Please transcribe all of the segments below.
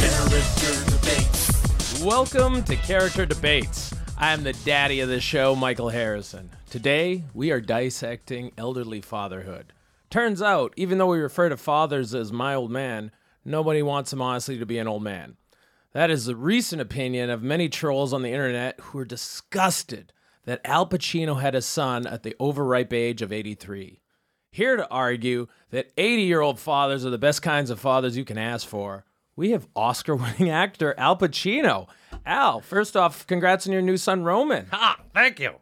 Character Debates. Welcome to Character Debates. I am the daddy of the show, Michael Harrison. Today, we are dissecting elderly fatherhood. Turns out, even though we refer to fathers as my old man, nobody wants him honestly to be an old man. That is the recent opinion of many trolls on the internet who are disgusted that Al Pacino had a son at the overripe age of 83 here to argue that 80 year old fathers are the best kinds of fathers you can ask for. We have Oscar winning actor Al Pacino. Al, first off, congrats on your new son, Roman. Ah, thank you.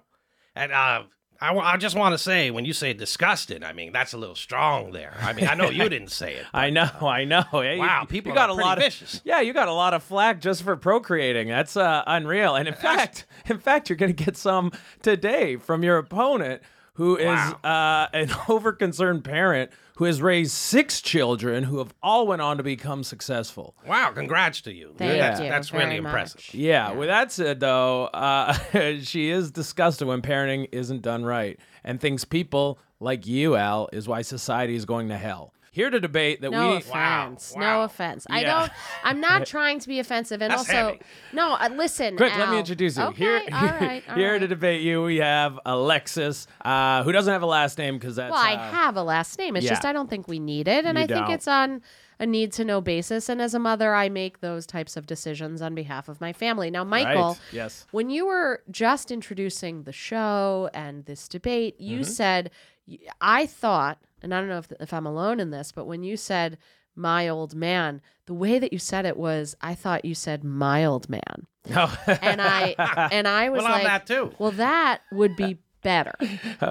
And uh, I, wa- I just want to say, when you say disgusted, I mean, that's a little strong there. I mean, I know you didn't say it. I know, I know. Yeah, you- Wow, you people got a are pretty lot of vicious. yeah, you got a lot of flack just for procreating. That's uh, unreal. And in fact, in fact, you're going to get some today from your opponent, who is uh, an overconcerned parent who has raised six children who have all went on to become successful. Wow, congrats to you. Thank that's, you That's very really impressive. much. Yeah, with that said, though, uh, she is disgusted when parenting isn't done right and thinks people like you, Al, is why society is going to hell. Here to debate that No we. offense. wow. No offense. I Yeah. don't. I'm not trying to be offensive, and That's also heavy. no. Uh, listen, Quick, let Al. me introduce you. Okay, here, all right, all here right. to debate you, we have Alexis, uh, who doesn't have a last name because that's. uh, Well, I how- have a last name. It's Yeah. just I don't think we need it, and You I think don't. it's on a need to know basis. And as a mother, I make those types of decisions on behalf of my family. Now, Michael, Yes. when you were just introducing the show and this debate, you Mm-hmm. said y- I thought, and I don't know if if I'm alone in this, but when you said my old man, the way that you said it was, I thought you said mild man, No. and I and I was Well, I'm like, that too. well, that would be better.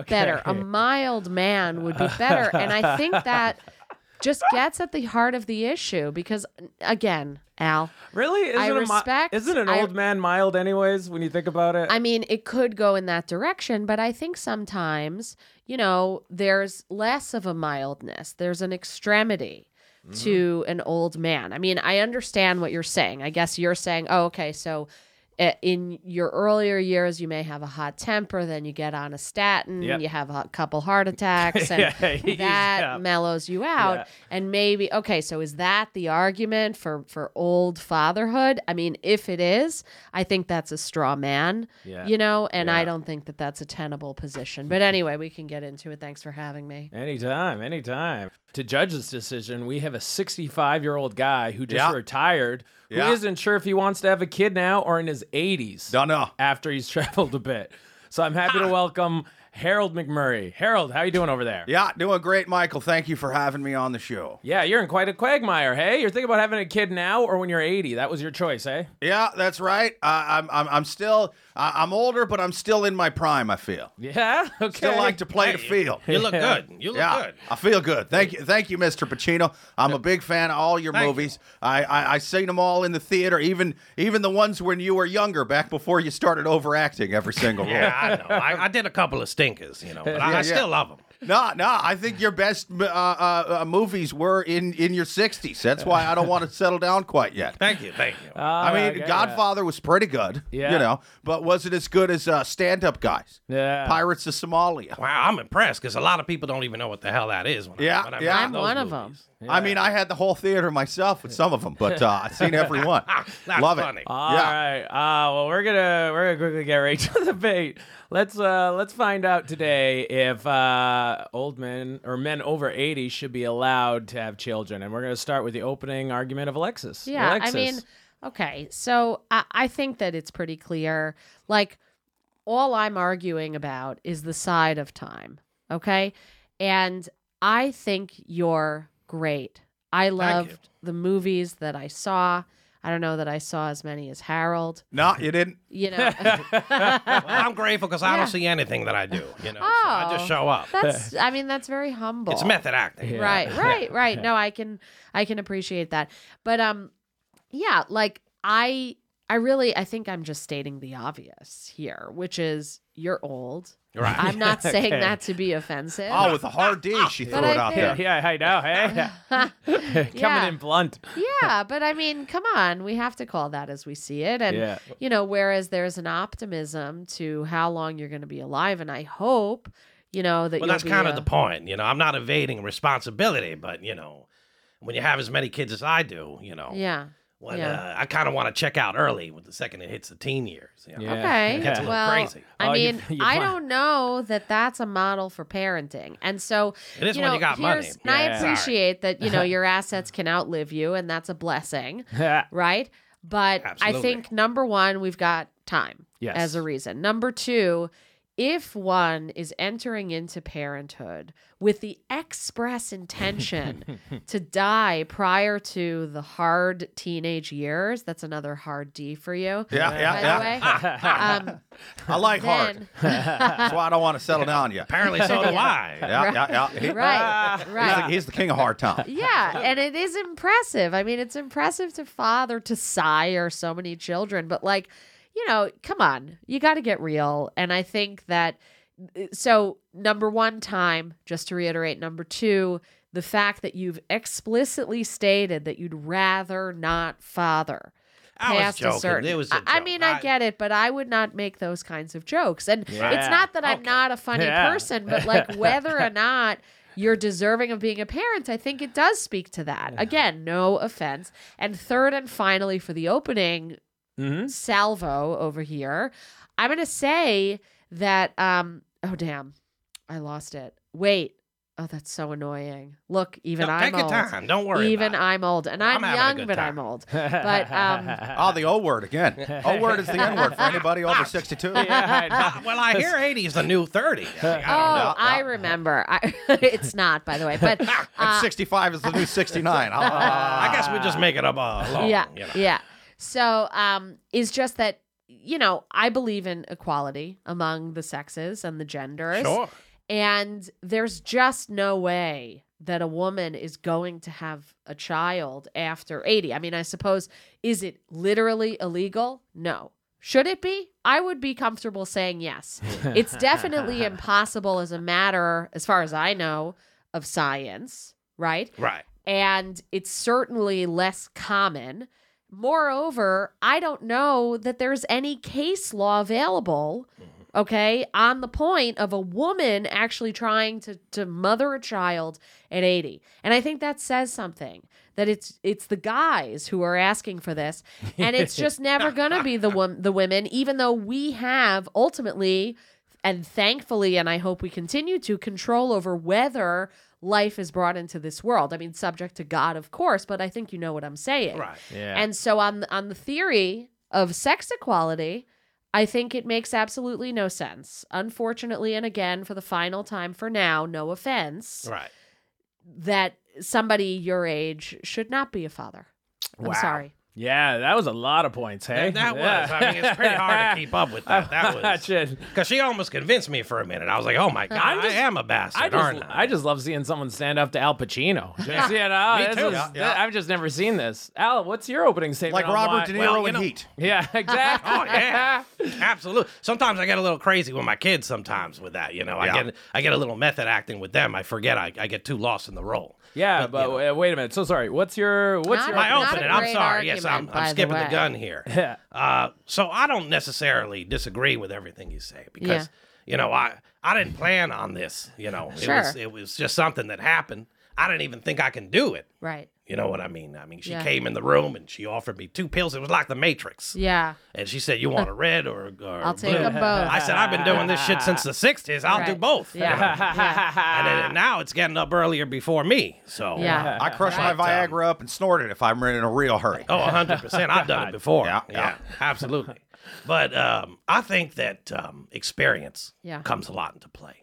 Better. A Okay. mild man would be better. And I think that just gets at the heart of the issue because, again, Al, really? Isn't I a mi- respect- isn't an I- old man mild, anyways, when you think about it? I mean, it could go in that direction, but I think sometimes, you know, there's less of a mildness, there's an extremity. Mm-hmm. To an old man. I mean, I understand what you're saying. I guess you're saying, oh, okay, so uh, in your earlier years, you may have a hot temper, then you get on a statin, Yep. you have a couple heart attacks, and Yeah, that yeah. mellows you out. Yeah. And maybe, okay, so is that the argument for, for old fatherhood? I mean, if it is, I think that's a straw man. Yeah. You know, and Yeah. I don't think that that's a tenable position. But anyway, we can get into it. Thanks for having me. Anytime, anytime. To judge this decision, we have a 65 year old guy who just Yeah. retired, Yeah. who isn't sure if he wants to have a kid now or in his 80s Don't know. after he's traveled a bit. So I'm happy Ah. to welcome Harold McMurray. Harold, how you doing over there? Yeah, doing great, Michael. Thank you for having me on the show. Yeah, you're in quite a quagmire, hey? You're thinking about having a kid now or when you're 80. That was your choice, eh? Yeah, that's right. Uh, I'm, I'm, I'm still, uh, I'm older, but I'm still in my prime. I feel. Yeah? Okay. Still like to play the field. You look good. You look Yeah, good. I feel good. Thank you, thank you, Mr. Pacino. I'm a big fan of all your Thank movies. I, I I seen them all in the theater, even even the ones when you were younger, back before you started overacting every single role. Yeah, I know. I, I did a couple of stinkers, you know, but I, I Yeah, yeah. still love them. No, no, I think your best uh, uh, uh, movies were in in your 60s. That's why I don't want to settle down quite yet. Thank you. Thank you. Ah, I okay, mean, yeah. Godfather was pretty good, Yeah. you know, but was it as good as uh, stand up guys? Yeah. Pirates of Somalia. wow, I'm impressed because a lot of people don't even know what the hell that is. When Yeah, I, when I yeah. read I'm those one of 'em. movies. I mean, I had the whole theater myself with some of them, but uh, I've seen every one. That's Love funny. it. All yeah. right. Uh, well, we're gonna we're gonna quickly get right to the debate. Let's uh, let's find out today if uh, old men or men over eighty should be allowed to have children, and we're gonna start with the opening argument of Alexis. Yeah, Alexis. I mean, okay, so I, I think that it's pretty clear. Like, all I'm arguing about is the side of time, okay? And I think you're great. I loved the movies that I saw. I don't know that I saw as many as Harold. No, you didn't. You know, Well, I'm grateful because I Yeah. don't see anything that I do, you know. so I Oh. just show up. that's I mean that's very humble. It's method acting. Right, right, right. No, I can I can appreciate that. But um yeah, like I I really I think I'm just stating the obvious here, which is you're old. Right. I'm not saying Okay. that to be offensive. Oh, with a hard D, she threw But I it out think- there. yeah, I know. Hey, coming Yeah. in blunt. yeah, but I mean, come on, we have to call that as we see it. And Yeah. you know, whereas there's an optimism to how long you're going to be alive and I hope, you know, that Well, you'll that's be kind of a- the point. You know, I'm not evading responsibility, but you know, when you have as many kids as I do, you know, Yeah. when Yeah. uh, I kind of want to check out early with the second it hits the teen years. you know? Yeah. Okay. That's a little well, crazy. I Oh, you- mean, you I fi- don't know that that's a model for parenting. And so, It is you when know, you got money. here's- And I Yeah. Sorry. appreciate that, you know, your assets can outlive you, and that's a blessing, right? But I Absolutely. think number one, we've got time Yes. as a reason. Number two, if one is entering into parenthood with the express intention to die prior to the hard teenage years, that's another hard D for you. Yeah, yeah, by yeah. the way. Um, I like hard. then- That's why I don't want to settle down yet. Apparently, so do I. Yeah, yeah, yeah. He- right, he's, the, right. he's the king of hard time. yeah, and it is impressive. I mean, it's impressive to father to sire so many children, but like, you know, come on, you got to get real. And I think that uh, so number one, time. Just to reiterate, number two, the fact that you've explicitly stated that you'd rather not father. I was past a joking. certain- It was a I- I joke. mean, I, I- get it, but I would not make those kinds of jokes. And it's Yeah. not that I'm Okay. not a funny Yeah. person, but like whether or not you're deserving of being a parent, I think it does speak to that. Again, no offense. And third and finally, for the opening hmm salvo over here, I'm going to say that, um, oh, damn, I lost it. Wait. Oh, that's so annoying. Look, even No, I'm take your old. time. Don't worry. Even about I'm old, and I'm I'm, having a young, good but time. I'm old. But, um, Oh, the O word again. O word is the N word for anybody over 62. yeah, it. well, I hear 80 is the new 30. I mean, I don't know. Uh, Oh, I remember. I, it's not, by the way, but And uh, 65 is the new 69. I'll- I'll- Uh, I guess we just make it up uh, along. yeah, you know. yeah. So, um, it's just that you know I believe in equality among the sexes and the genders, Sure. and there's just no way that a woman is going to have a child after 80. I mean, I suppose is it literally illegal? No. Should it be? I would be comfortable saying yes. it's definitely impossible as a matter, as far as I know, of science, right? Right. and it's certainly less common. Moreover, I don't know that there's any case law available, okay, on the point of a woman actually trying to to mother a child at 80. And I think that says something that it's it's the guys who are asking for this and it's just never going to be the wom- the women even though we have ultimately and thankfully, and I hope we continue to control over whether life is brought into this world. I mean, subject to God, of course, but I think you know what I'm saying. Right. yeah. And so on on the theory of sex equality, I think it makes absolutely no sense. Unfortunately, and again for the final time for now, no offense, Right. that somebody your age should not be a father. I'm Wow. sorry. yeah, that was a lot of points, hey? And that Yeah. was. I mean, it's pretty hard to keep up with that. That was. Imagine. Because she almost convinced me for a minute. I was like, oh my God, Uh-huh. I'm just- I am a bastard, I aren't just, I? I just love seeing someone stand up to Al Pacino. Just, you know, Me this too. is- Yeah, yeah. I've just never seen this. Al, what's your opening statement? Like on why- Robert De Niro well, you in know- Heat. Yeah, exactly. Oh yeah, absolutely. Sometimes I get a little crazy with my kids. Sometimes with that, you know, Yeah. I get I get a little method acting with them. I forget I, I get too lost in the role. Yeah, But, but, you uh, wait a minute. So sorry. What's your what's Not your My Not a opening. I'm great sorry. yes, I'm, argument, by I'm the skipping the, way. gun here. Yeah. Uh, so I don't necessarily disagree with everything you say because you know I I didn't plan on this. You know, it Sure. was it was just something that happened. I didn't even think I can do it. Right. You know what I mean? I mean, she Yeah. came in the room and she offered me two pills. It was like the Matrix. Yeah. And she said, "You want a red or, or I'll a take blue?" them both. I said, "I've been doing this shit since the '60s. I'll do Right. both." you know? Yeah. yeah. And, then- and now it's getting up earlier before me. So Yeah. I crush my Viagra up and snort it if I'm in a real hurry. Oh, 100 percent. I've done it before. Yeah, yeah. absolutely. But um, I think that um, experience Yeah. Mm-hmm. comes a lot into play.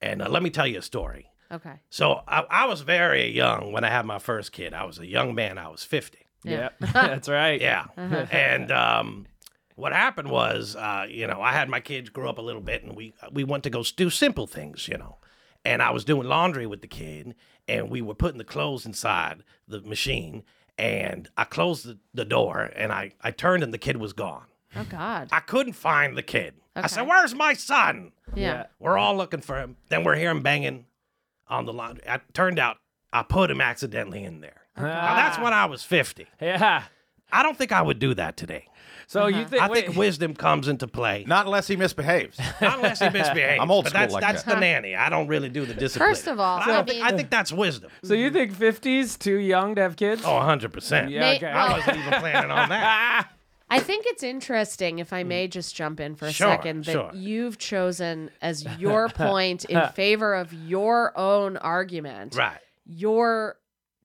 And uh, let me tell you a story. Okay. So I, I was very young when I had my first kid. I was a young man. I was 50. Yep. That's right. Yeah. And um, what happened was, uh, you know, I had my kids grow up a little bit, and we we went to go s- do simple things, you know. And I was doing laundry with the kid, and we were putting the clothes inside the machine, and I closed the, the door, and I I turned, and the kid was gone. Oh God. I couldn't find the kid. I said, Okay. "Where's my son?" Yeah. We're all looking for him. Then we're hearing banging on the laundry. It turned out I put him accidentally in there. Now that's when I was fifty. Yeah. I don't think I would do that today. So you think? I wait, think wisdom comes into play. Not unless he misbehaves. Not unless he misbehaves. I'm old but school that's, like that's that. the nanny. I don't really do the discipline. First of all, But I, don't I think, mean- I think that's wisdom. so you think fifties too young to have kids? Oh, 100%. yeah. May- okay. well- I wasn't even planning on that. I think it's interesting, if I may just jump in for a Mm. Sure, second, that sure. you've chosen as your point in favor of your own argument, Right. your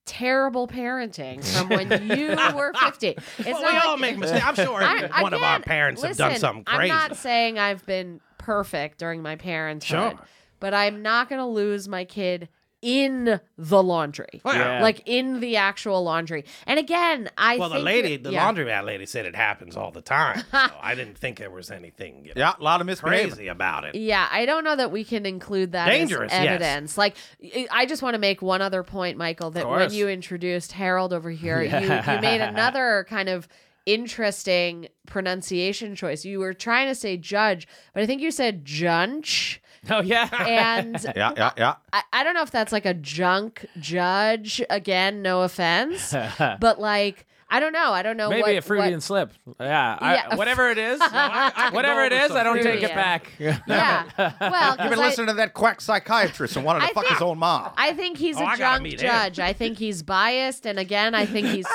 terrible parenting from when you were 50. It's Well, not we all like- make mistakes. I'm sure I- every one of our again, parents have done listen, something crazy. I'm not saying I've been perfect during my parenthood, Sure. but I'm not going to lose my kid in the laundry. Well, Yeah. Like in the actual laundry. And again, I well, the think lady, it- the yeah. laundromat lady said it happens all the time. so I didn't think there was anything you know, yeah, a lot of misbehaves. crazy about it. Yeah, I don't know that we can include that Dangerous, as yes. evidence. Like, I- I just want to make one other point, Michael, that when course. you introduced Harold over here, you, you made another kind of interesting pronunciation choice. You were trying to say judge, but I think you said junch. oh yeah. And Yeah, yeah, yeah. I, I don't know if that's like a junk judge. Again, no offense, but like, I don't know. I don't know Maybe what, a fruity what- and slip. Yeah. I- Yeah. whatever it is. whatever go it with is, I don't fruity. take it back. Yeah. Well, You've been 'cause I- listening to that quack psychiatrist and wanted to I fuck think- his own mom. I think he's Oh, a I gotta junk meet him. judge. I think he's biased, and again, I think he's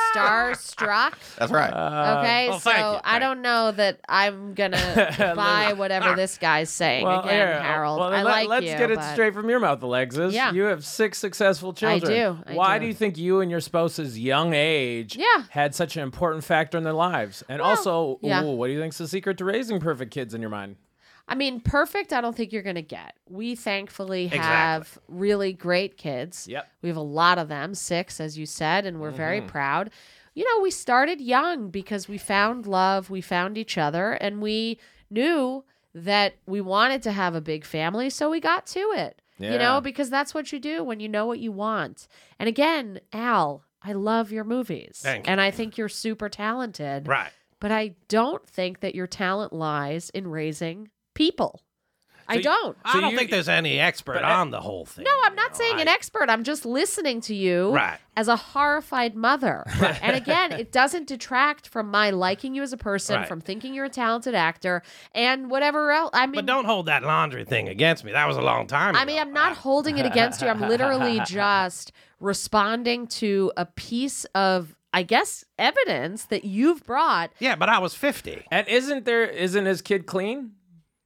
starstruck. That's right. Uh, Okay, well, so thank you. I Thank don't know that I'm gonna buy whatever this guy's saying. Well, again, uh, here, uh, Harold, well, I then let, like us you. get it but- straight from your mouth, Alexis. Yeah. You have six successful children. do, I Why do. you think you and your spouse's young age Yeah. had such an important factor in their lives? And also, yeah. ooh, what do you think's the secret to raising perfect kids in your mind? I mean, perfect. I don't think you're gonna get. We thankfully Exactly. have really great kids. Yep. we have a lot of them, six, as you said, and we're very Mm-hmm. proud. You know, we started young because we found love, we found each other, and we knew that we wanted to have a big family, so we got to it. You Yeah. know, because that's what you do when you know what you want. And again, Al, I love your movies. Thank you. and I think you're super talented. Right. But I don't think that your talent lies in raising people. I you- don't. So I don't you- think there's any expert on the whole thing. No, I'm not saying an expert. I'm just listening to you Right. as a horrified mother. and again, it doesn't detract from my liking you as a person, Right. from thinking you're a talented actor, and whatever else. I mean, But don't hold that laundry thing against me. That was a long time ago. I mean, I'm not holding it against you. I'm literally just responding to a piece of, I guess, evidence that you've brought Yeah, but I was 50. And isn't there isn't his kid clean?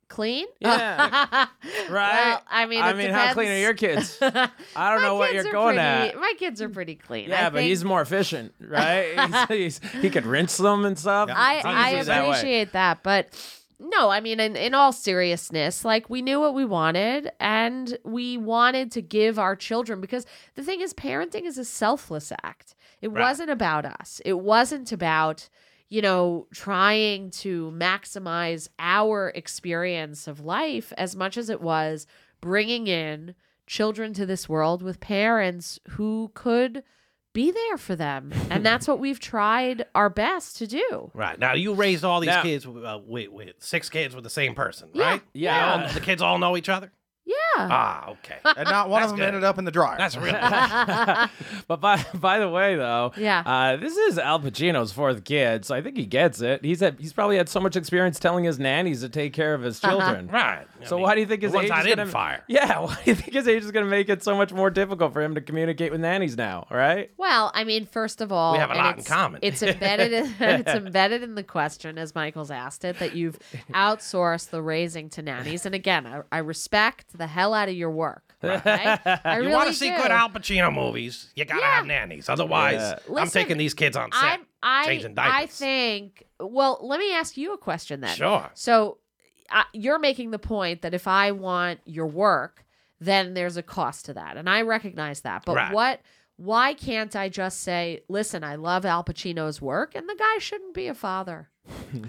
clean. Yeah. Right. Well, I mean, I it mean, how clean are depends. your kids? I don't know what Oh, kids you're are going pretty- at. My kids are pretty clean. Yeah, I but he's think- more efficient, right? he's, he's, he could rinse them and stuff. I, It's I easier that way. appreciate that, but no, I mean, in, in all seriousness, like we knew what we wanted and we wanted to give our children because the thing is, parenting is a selfless act. It wasn't about us, it wasn't about, you know, trying to maximize our experience of life as much as it was bringing in children to this world with parents who could be there for them. And that's what we've tried our best to do. Right. Now, you raised all these Now- kids uh, with, with six kids with the same person, Yeah. right? Yeah. They all- the kids all know each other? Yeah. Ah, okay. and not one of That's them good. ended up in the dryer. That's real. But by by the way, though, Yeah. uh, this is Al Pacino's fourth kid, so I think he gets it. He's had, he's probably had so much experience telling his nannies to take care of his children. right. I So mean, why do you think the his ones age I is didn't gonna fire? Yeah, why do you think his age is gonna make it so much more difficult for him to communicate with nannies now? Right? Well, I mean, first of all, We have a and lot in it's- common. It's embedded. In, it's embedded in the question, as Michael's asked it, that you've outsourced the raising to nannies. And again, I, I respect the hell out of your work. Okay? I You really want to see do. good Al Pacino movies? You gotta have nannies, otherwise, Yeah. I'm Listen, taking these kids on set, I'm, I, changing diapers. I think. Well, let me ask you a question then. Sure. So, uh, you're making the point that if I want your work, then there's a cost to that, and I recognize that. But Right. what? Why can't I just say, "Listen, I love Al Pacino's work, and the guy shouldn't be a father"?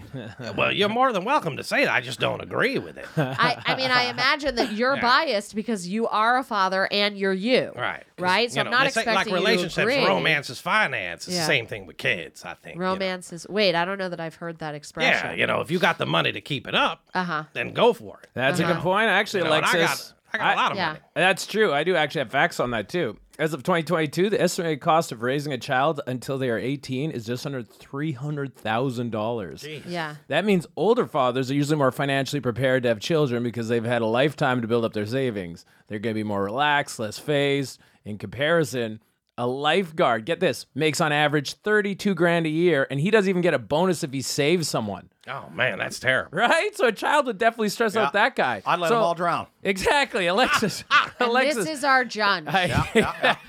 Well, you're more than welcome to say that. I just don't agree with it. I, I mean, I imagine that you're biased because you are a father and you're you. Right. 'Cause, Right? So you I'm know, not they say, expecting like you to relationships, agree. romance is finance. It's Yeah. the same thing with kids, I think. you know. Romance is. Wait, I don't know that I've heard that expression. Yeah, you know, if you got the money to keep it up, Uh-huh. then go for it. That's a good point, actually, You know, and Alexis. I got I got a lot of Yeah. money. That's true. I do actually have facts on that too. As of 2022, the estimated cost of raising a child until they are 18 is just under $300,000. Yeah. That means older fathers are usually more financially prepared to have children because they've had a lifetime to build up their savings. They're going to be more relaxed, less phased. In comparison, a lifeguard, get this, makes on average 32 grand a year and he doesn't even get a bonus if he saves someone. Oh man, that's terrible. Right? So a child would definitely stress out that guy. I'd let So- them all drown. Exactly, Alexis. And Alexis. this is our John. I-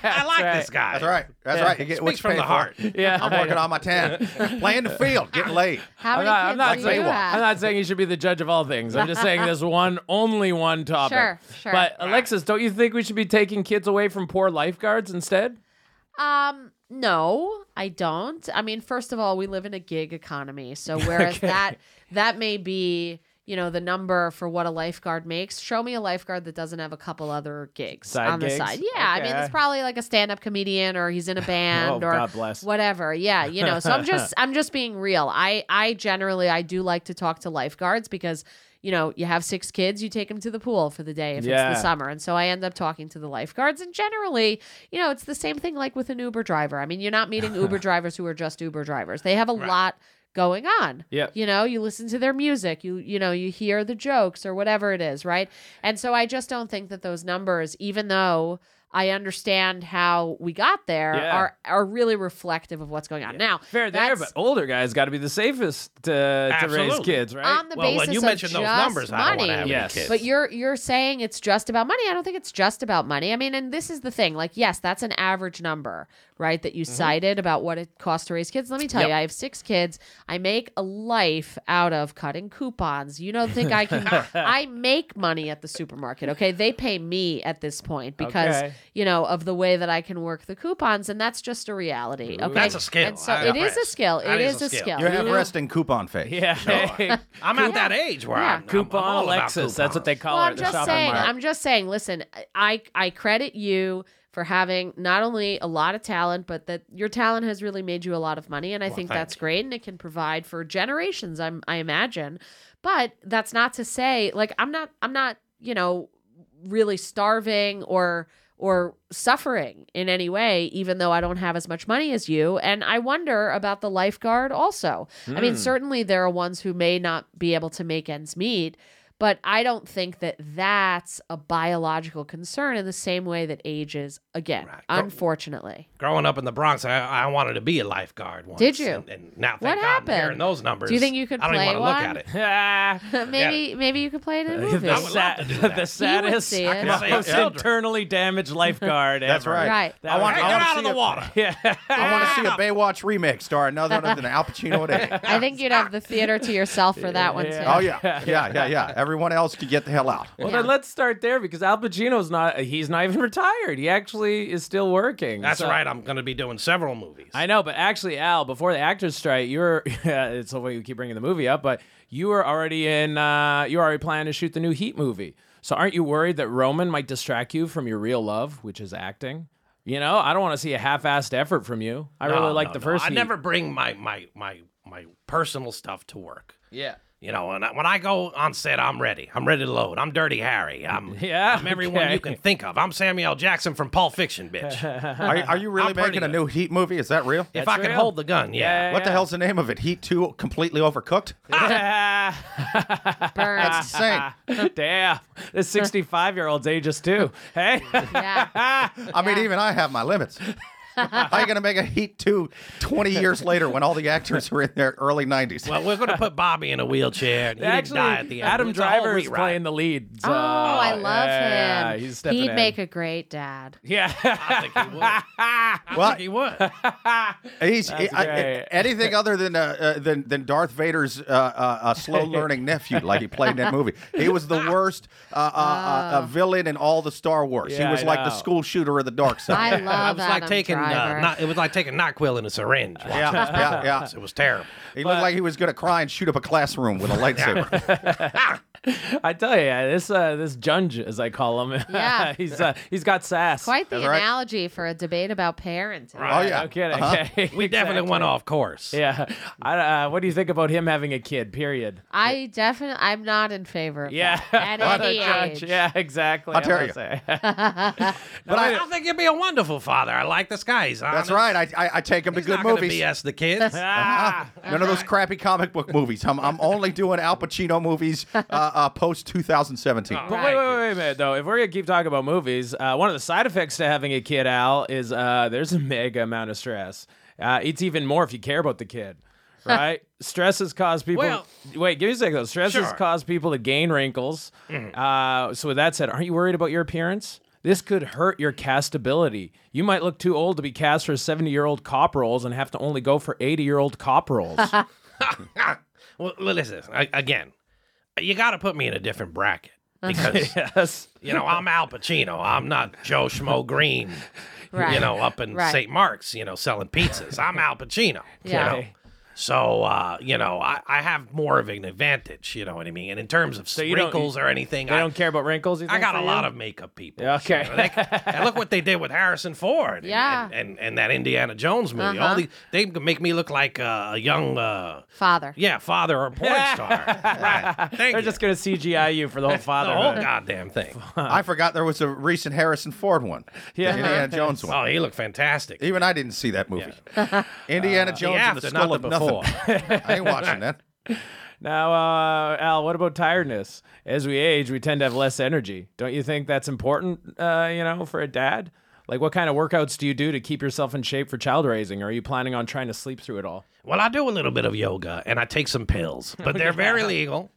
I like this guy. That's right. That's right. You get what Speaks you from pay the for. heart. Yeah, I'm working on my tan. Playing the field, getting laid. How I'm many not, kids I'm not do saying, Oh, you have? I'm not saying you should be the judge of all things. I'm just saying there's one, only one topic. Sure, sure. But Alexis, don't you think we should be taking kids away from poor lifeguards instead? Um, no, I don't. I mean, first of all, we live in a gig economy, so whereas that that may be, you know, the number for what a lifeguard makes. Show me a lifeguard that doesn't have a couple other gigs Side on gigs? the side. Yeah, I mean, Okay. it's probably like a stand-up comedian or he's in a band Oh, or God bless. whatever. Yeah, you know. So I'm just I'm just being real. I I generally I do like to talk to lifeguards because you know, you have six kids, you take them to the pool for the day if Yeah. it's the summer. And so I end up talking to the lifeguards. And generally, you know, it's the same thing like with an Uber driver. I mean, you're not meeting Uber drivers who are just Uber drivers. They have a lot going on. Yeah. You know, you listen to their music, you you know, you hear the jokes or whatever it is, right? And so I just don't think that those numbers, even though I understand how we got there, Yeah. are are really reflective of what's going on. Now Fair there, that's but older guys got to be the safest to, to raise Absolutely. kids, right? on the Well, basis when you of mentioned those just numbers, I don't want money. to have Yes. any kids. But you're you're saying it's just about money. I don't think it's just about money. I mean, and this is the thing. Like, yes, that's an average number, right? That Mm-hmm. you cited about what it costs to raise kids. Let me tell you, I have six kids. I make a life out of cutting coupons. You don't think I can? I make money at the supermarket. Okay, they pay me at this point because Okay. you know of the way that I can work the coupons, and that's just a reality. Okay, That's a skill. And so I- it I'm is a impressed. skill. It That is a skill. You have You know? resting coupon face. yeah. I'm at that age where Yeah. I'm, I'm- I'm coupon all about Alexis. That's what they coupons. call well, it. I'm the just shopping saying. mart. I'm just saying. Listen, I I credit you for having not only a lot of talent, but that your talent has really made you a lot of money, and I think that's great, and it can provide for generations. I'm I imagine, but that's not to say like I'm not I'm not you know really starving or or suffering in any way even though I don't have as much money as you and I wonder about the lifeguard also. I Hmm. mean certainly there are ones who may not be able to make ends meet but I don't think that that's a biological concern in the same way that age is again unfortunately. Growing up in the Bronx, I, I wanted to be a lifeguard once. Did you? And, and now, What thank God, I'm hearing happened? those numbers, Do you think you could I don't play even want to one? look at it. Ah, Uh, maybe maybe you could play it in a movie. the, would love sad, to do that. the saddest, see it. Yeah. most Yeah. internally damaged lifeguard That's ever. right. Right. I want, Hey, I get want out to of see the a- water. Yeah. I want to see a Baywatch remake starring none other than Al Pacino and Eddie. I think you'd have the theater to yourself for that one too. Oh yeah, yeah, yeah, yeah. Everyone else could get the hell out. Well, Yeah. then let's start there because Al Pacino's not, he's not even retired. He actually is still working. That's So- right. I'm going to be doing several movies. I know, but actually, Al, before the actors' strike, you were, it's so funny you keep bringing the movie up, but you were already in, uh, you were already planning to shoot the new Heat movie. So aren't you worried that Roman might distract you from your real love, which is acting? You know, I don't want to see a half-assed effort from you. I No, really like Oh, no, the no. first I Heat. never bring my my my my personal stuff to work. Yeah. You know, and I, when I go on set, I'm ready. I'm ready to load. I'm Dirty Harry. I'm Yeah, I'm everyone okay. you can think of. I'm Samuel L. Jackson from Pulp Fiction, bitch. Are, are you really I'm pretty making a good. new Heat movie? Is that real? if I can real. hold the gun, yeah. What the hell's the name of it? Heat Two, completely overcooked. Burns. That's insane. Damn. This 65-year-old's ages too. Hey. yeah. Oh, I mean, even I have my limits. How are you going to make a Heat 2 20 years later when all the actors were in their early 90s? Well, we're gonna put Bobby in a wheelchair. And he Actually, didn't die at the end. Adam It's a whole Driver is rewrite. playing the lead. so- Oh, I love yeah, him. He's stepping He'd in. make a great dad. Yeah. I think he would. I Well, think he would. he's, I- I- great. anything other than, uh, uh, than than Darth Vader's uh, uh, uh, slow learning nephew, like he played in that movie. He was the worst uh, uh, uh, Ah. uh, villain in all the Star Wars. Yeah, he was I like the know. school shooter of the dark I side. love I was like Adam taking Driver. uh, not, it was like taking Nyquil in a syringe. yeah, yeah, yeah. It was terrible. He looked like he was going to cry and shoot up a classroom with a lightsaber. I tell you, this uh, this Junge, as I call him, Yeah. he's uh, he's got sass. Quite the That's right. analogy for a debate about parenting. Right. Oh yeah. No kidding. Uh-huh. We definitely went off course. Yeah. I, uh, what do you think about him having a kid? Period. I definitely, I'm not in favor. Of Yeah. that at What a any judge. age. Yeah, exactly. I'll tell I'm you. gonna say. But I, I think you'd be a wonderful father. I like this guy. He's honest. That's right. I, I I take him He's to good not gonna movies. BS the kids. Ah. None of those crappy comic book movies. I'm, I'm only doing Al Pacino movies uh, uh, post 2017. Oh. But wait, wait, Right. wait, wait a minute, though. If we're going to keep talking about movies, uh, one of the side effects to having a kid, Al, is uh, there's a mega amount of stress. Uh, it's even more if you care about the kid, right? stress has caused people. Well- wait, give me a second, though. Stress has Sure. Mm. caused people to gain wrinkles. Uh, so, with that said, aren't you worried about your appearance? This could hurt your castability. You might look too old to be cast for 70 year old cop roles and have to only go for 80 year old cop roles. Well, li- listen, I, again, you got to put me in a different bracket Uh-huh. because, yes. you know, I'm Al Pacino. I'm not Joe Schmo Green, Right. you know, up in Right. St. Mark's, you know, selling pizzas. I'm Al Pacino. Yeah. You know? So, uh, you know, I, I have more of an advantage, you know what I mean? And in terms of you don't- wrinkles or anything, They I, don't care about wrinkles. you I think, got for a you? lot of makeup people. Yeah, okay. You know, they- and look what they did with Harrison Ford. and- Yeah. And, and, and that Indiana Jones movie. All Uh-huh. these, they make me look like uh, a young, uh, Father. yeah, father or porn star. right. Thank They're you. just going to CGI you for the whole the whole fatherhood. goddamn thing. I forgot there was a recent Harrison Ford one. Yeah. The Indiana Jones one. Oh, he looked fantastic. Even I didn't see that movie. Indiana Jones and the after, not Skull of Uh, the Nothing. I ain't watching that. Now, uh, Al, what about tiredness? As we age, we tend to have less energy. Don't you think that's important, uh, you know, for a dad? Like, what kind of workouts do you do to keep yourself in shape for child raising? Or are you planning on trying to sleep through it all? Well, I do a little bit of yoga and I take some pills, but they're very legal.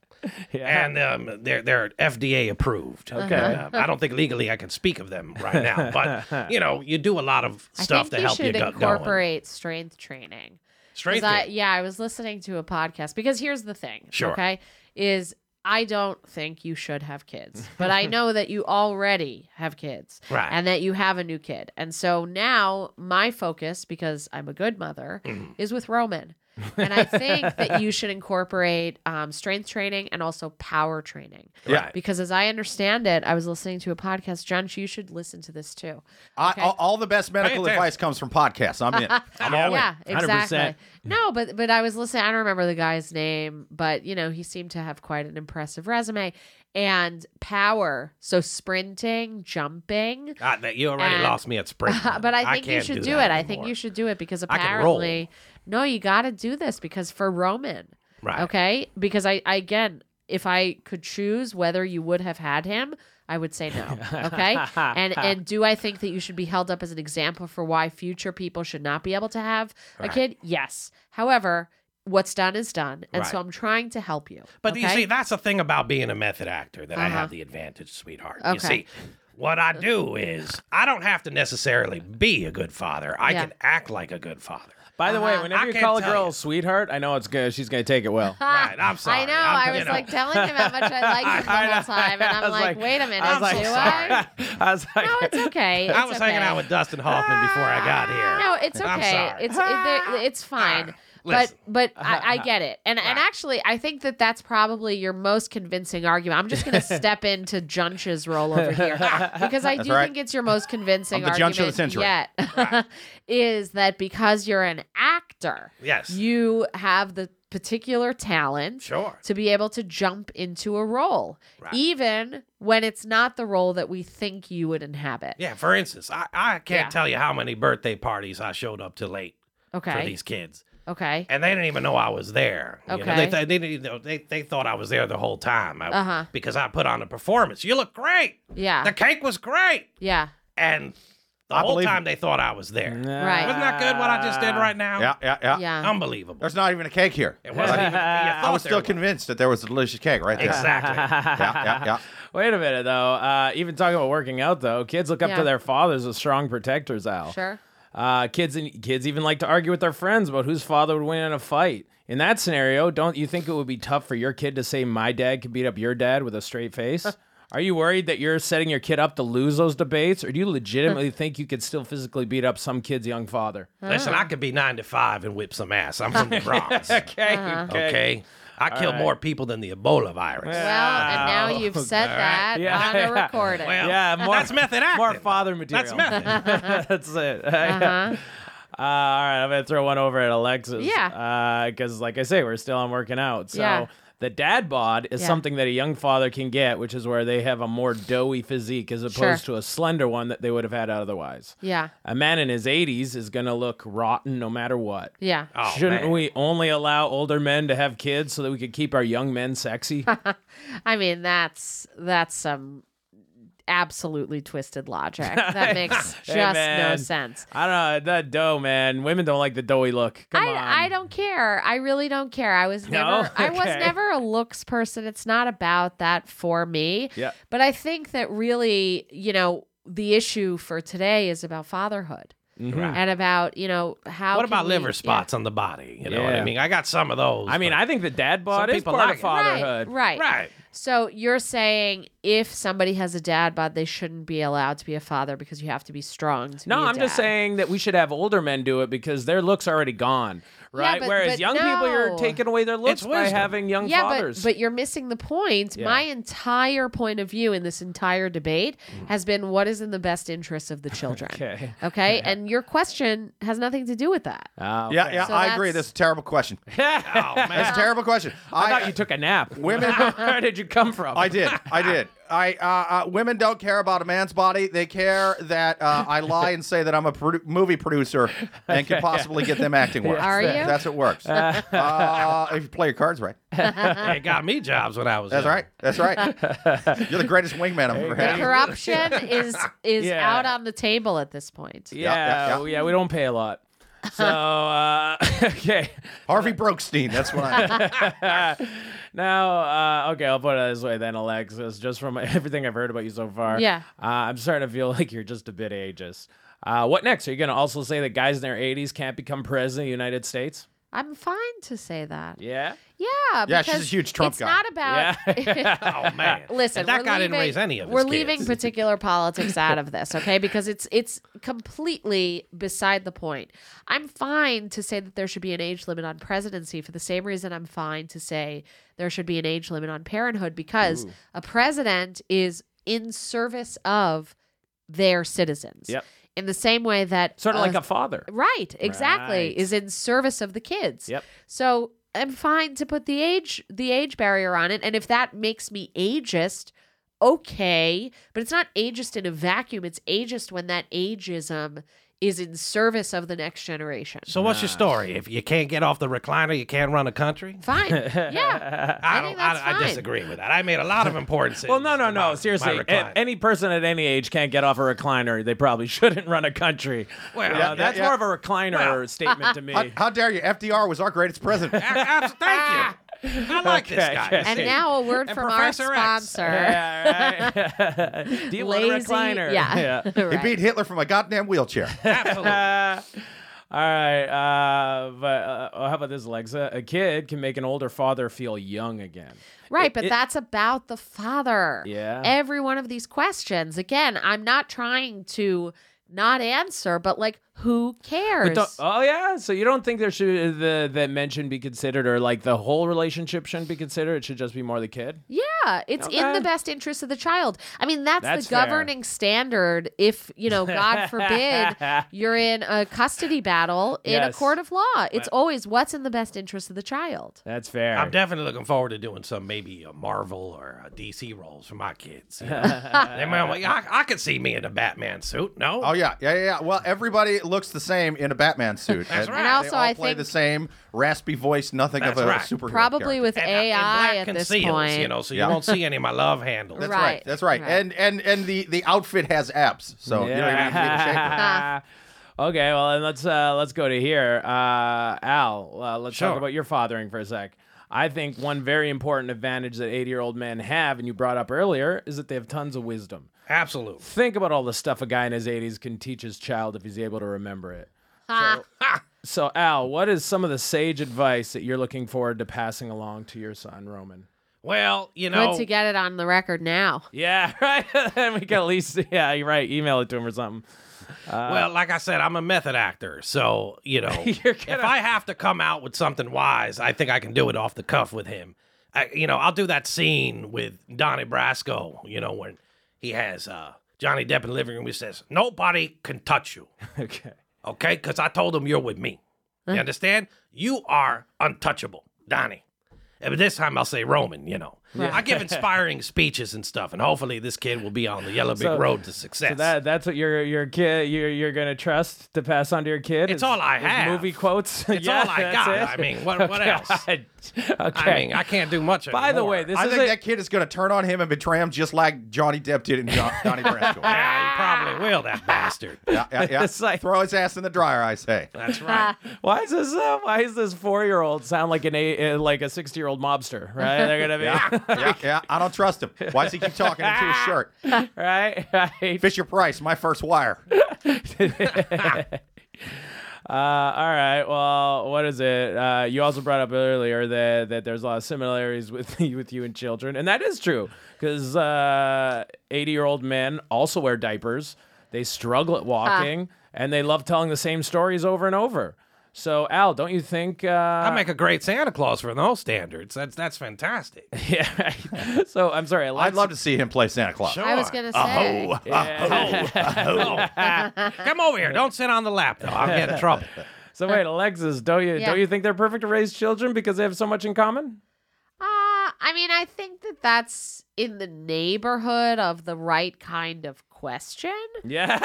And um, they're they're FDA approved. Uh-huh. Okay, I don't think legally I can speak of them right now, but you know you do a lot of stuff I think to you help should you get going. incorporate strength training. Strength. 'Cause I- training. yeah, I was listening to a podcast because here's the thing. Sure. Okay. Is I don't think you should have kids, but I know that you already have kids Right. and that you have a new kid. And so now my focus, because I'm a good mother, Mm. is with Roman. and I think that you should incorporate um, strength training and also power training. Right. Because as I understand it, I was listening to a podcast. Josh, you should listen to this too. I, all, all the best medical Fantastic. advice comes from podcasts. I'm in. I'm all in. yeah, 100%. exactly. No, but but I was listening. I don't remember the guy's name, but you know he seemed to have quite an impressive resume and power. So sprinting, jumping. Ah, that you already And- lost me at sprint. But I think you can't should do, it. that I think anymore. you should do it because I can roll. apparently, no, you got to do this because for Roman, Right. Okay, because I, I again, if I could choose whether you would have had him, I would say no. Okay, and and do I think that you should be held up as an example for why future people should not be able to have a kid? Yes. However, what's done is done, and so Right. I'm trying to help you. But you okay? see, that's the thing about being a method actor that I Uh-huh. have the advantage, sweetheart. You Okay. see, what I do is I don't have to necessarily be a good father. I Yeah. can act like a good father. By the way, Uh-huh. whenever I you can't call a tell girl you. sweetheart, I know it's good. She's going to take it well. Ah, Right, I'm sorry. I know. I'm- i you was know. like telling him how much I like him the I whole know. time, and I I'm was like, wait a minute, I was like, do I? sorry. I was like, No, it's okay. I It's was hanging okay. Ah, out with Dustin Hoffman before I got here. No, it's I'm okay. sorry. It's it, they- it's fine. But listen. but I, I get it, and and actually, I think that that's probably your most convincing argument. I'm just going to step into Junch's role over here because I do right. think it's your most convincing I'm the argument Junch of the century. yet. is that because you're an actor? Yes. you have the particular talent Sure. to be able to jump into a role, Right. even when it's not the role that we think you would inhabit. yeah, for instance, I, I can't Yeah. tell you how many birthday parties I showed up to late Okay. for these kids. Okay. and they didn't even know I was there. You know, Okay. they, th- they, didn't even- they, they thought I was there the whole time I- Uh-huh. because I put on a performance. You look great. Yeah. The cake was great. yeah. And the I whole believe time they thought I was there. Right. Wasn't that good what I just did right now? Yeah, yeah, yeah. Yeah. Unbelievable. There's not even a cake here. it wasn't even, you I thought was still there was. convinced that there was a delicious cake right there. Exactly. Yeah, yeah, yeah. Wait a minute, though. Uh, even talking about working out, though, kids look up Yeah. to their fathers as strong protectors, Al. Sure. Uh, kids and kids even like to argue with their friends about whose father would win in a fight. In that scenario, don't you think it would be tough for your kid to say my dad could beat up your dad with a straight face? Are you worried that you're setting your kid up to lose those debates, or do you legitimately think you could still physically beat up some kid's young father? Listen, I could be nine to five and whip some ass. I'm from the Bronx. Okay, okay. okay. I killed more people than the Ebola virus. Well, and now Wow. you've said All that right. Yeah, on a yeah. recording. Well, Yeah, more- that's method acting. More father material. That's method. That's it. Uh, all right, I'm gonna throw one over at Alexis. Uh-huh. Yeah. Because, like I say, we're still on working out. So Yeah. the dad bod is Yeah. something that a young father can get, which is where they have a more doughy physique as opposed to Sure. a slender one that they would have had otherwise. yeah. A man in his 80s is gonna look rotten no matter what. Yeah. Oh, Shouldn't man. we only allow older men to have kids so that we could keep our young men sexy? I mean, that's that's some absolutely twisted logic. That makes Hey, just no man. sense. I don't know that dough, man. Women don't like the doughy look. Come on. I, I don't care. I really don't care. I was never No? I was Okay. never a looks person. It's not about that for me. Yeah. But I think that really, you know, the issue for today is about fatherhood and about, you know, how What can about we- liver yeah. spots on the body? You know what Yeah. I mean? I got some of those. I mean, but- I think the dad bod Some is people part like of it. Right, fatherhood. Right. right. So you're saying if somebody has a dad bod, they shouldn't be allowed to be a father because you have to be strong to No, be a I'm just dad. saying that we should have older men do it because their looks already gone, right? but- Whereas but young people, you're no. taking away their looks It's by wisdom. having young yeah, fathers. but but you're missing the point. My entire point of view in this entire debate has been what is in the best interest of the children. Mm. Okay. Okay? And your question has nothing to do with that. Oh, Yeah, okay. yeah, So I agree. that's- This is a terrible question. Oh, man. That's a terrible question. I thought you took a nap. Women- where did you come from? I did. I did. I uh, uh, women don't care about a man's body. They care that uh, I lie and say that I'm a produ- movie producer and could possibly get them acting work. Are you? That's what works. Uh, if you play your cards right. It got me jobs when I was. That's young. right. That's right. You're the greatest wingman I've ever The had. corruption is is Yeah. out on the table at this point. Yeah, yeah, yeah, yeah. we- yeah, we don't pay a lot. So, uh, okay. Harvey Brokestein. That's what I. Now, uh, okay, I'll put it this way then, Alexis. Just from everything I've heard about you so far, Yeah. uh, I'm starting to feel like you're just a bit ageist. Uh, what next? Are you going to also say that guys in their 80s can't become president of the United States? I'm fine to say that. Yeah. Yeah. Yeah, she's because a huge Trump it's guy. not about Yeah. Oh man. Listen, And that we're guy leaving, didn't raise any of his We're kids. leaving particular politics out of this, okay? Because it's it's completely beside the point. I'm fine to say that there should be an age limit on presidency for the same reason I'm fine to say there should be an age limit on parenthood because a president is in service of their citizens. Yep. In the same way that Sort of like a father. Right, exactly. Right. Is in service of the kids. Yep. So I'm fine to put the age the age barrier on it. And if that makes me ageist, okay. But it's not ageist in a vacuum. It's ageist when that ageism is in service of the next generation. So what's your story? If you can't get off the recliner, you can't run a country. Fine. Yeah. I, don't. think that's I, fine. I disagree with that. I made a lot of important. Well, no, decisions no, in no. my- Seriously, my a- recliner. any person at any age can't get off a recliner. They probably shouldn't run a country. Well, Uh, yeah, that's yeah. more of a recliner statement to me. How, how dare you? FDR was our greatest president. A- abs- Thank you. I like this Okay, guy. okay. And now a word And from our Professor X. sponsor. yeah, right. Do you want a Lazy- recliner? Yeah. He Right. beat Hitler from a goddamn wheelchair. Absolutely. All right. Uh, but uh, how about this, Alexa? A kid can make an older father feel young again. Right, but it- that's about the father. Yeah. Every one of these questions. Again, I'm not trying to not answer, but like, who cares? Don't- oh yeah. So you don't think there should the that men shouldn't be considered, or like the whole relationship shouldn't be considered? It should just be more the kid. yeah, it's in Okay. the best interest of the child. I mean, that's, That's the fair. governing standard. If you know, God forbid, you're in a custody battle in a Yes. court of law. It's always what's in the best interest of the child. That's fair. I'm definitely looking forward to doing some maybe a Marvel or a DC roles for my kids. you know? They might like, I, I could see me in a Batman suit. No, Oh yeah, yeah, yeah. yeah. Well, everybody looks the same in a Batman suit. That's right. And also, they all I play think- the same raspy voice, nothing of That's a right. superhero. Probably character. with And, uh, and AI black at this conceals, point. you know, so Yeah. you won't see any of my love handles. That's Right. right. That's right. Right. And and and the the outfit has abs, so you don't even need to be a shaker. Yeah. okay, well, then let's uh, let's go to here, uh, Al. Uh, let's talk Sure. about your fathering for a sec. I think one very important advantage that 80 year old men have, and you brought up earlier, is that they have tons of wisdom. Absolutely. Think about all the stuff a guy in his 80s can teach his child if he's able to remember it. Ha. So, Al, what is some of the sage advice that you're looking forward to passing along to your son, Roman? Well, you know, Good to get it on the record now. Yeah, right. then we can at least, yeah, you're right. Email it to him or something. uh, well, like I said, I'm a method actor, so you know, You're if I have to come out with something wise, I think I can do it off the cuff with him. I, you know, I'll do that scene with Donnie Brasco. You know, when he has uh, Johnny Depp in the living room, he says, "Nobody can touch you." Okay. Okay, because I told him you're with me. You understand? You are untouchable, Donnie. And but this time I'll say Roman, you know. I give inspiring speeches and stuff, and hopefully this kid will be on the yellow big So- road to success. So that that's what your your kid you're you're gonna trust to pass on to your kid. It's is- all I is have. Movie quotes. It's Yeah, all I that's got. it? I mean, what- what Okay. else? okay. I mean, I can't do much. By the way, anymore. this I is think a- that kid is going to turn on him and betray him just like Johnny Depp did in John, Donnie Brasco. yeah, he probably will, that bastard. yeah, yeah, yeah. It's like- Throw his ass in the dryer, I say. That's right. Why is this? Uh, why is this four-year-old sound like an eight, uh, like a sixty-year-old mobster? Right? They're gonna be yeah, yeah, I don't trust him. Why does he keep talking into his shirt? right. Right. Fisher Price, my first wire. Uh, all right. Well, what is it? Uh, you also brought up earlier that, that there's a lot of similarities with with you and children, and that is true because eighty year old men also wear diapers. They struggle at walking, and they love telling the same stories over and over. So, Al, don't you think? Uh, I make a great Santa Claus for those standards. That's that's fantastic. yeah. Right. So, I'm sorry. I'd love to see him play Santa Claus. Sure. I was gonna say. uh, Oh, oh, oh. Come over here. Don't sit on the lap though. I'll get in trouble. So wait, Alexis, don't you Uh, Yeah. don't you think they're perfect to raise children because they have so much in common? Uh, I mean, I think that that's in the neighborhood of the right kind of question, Yeah.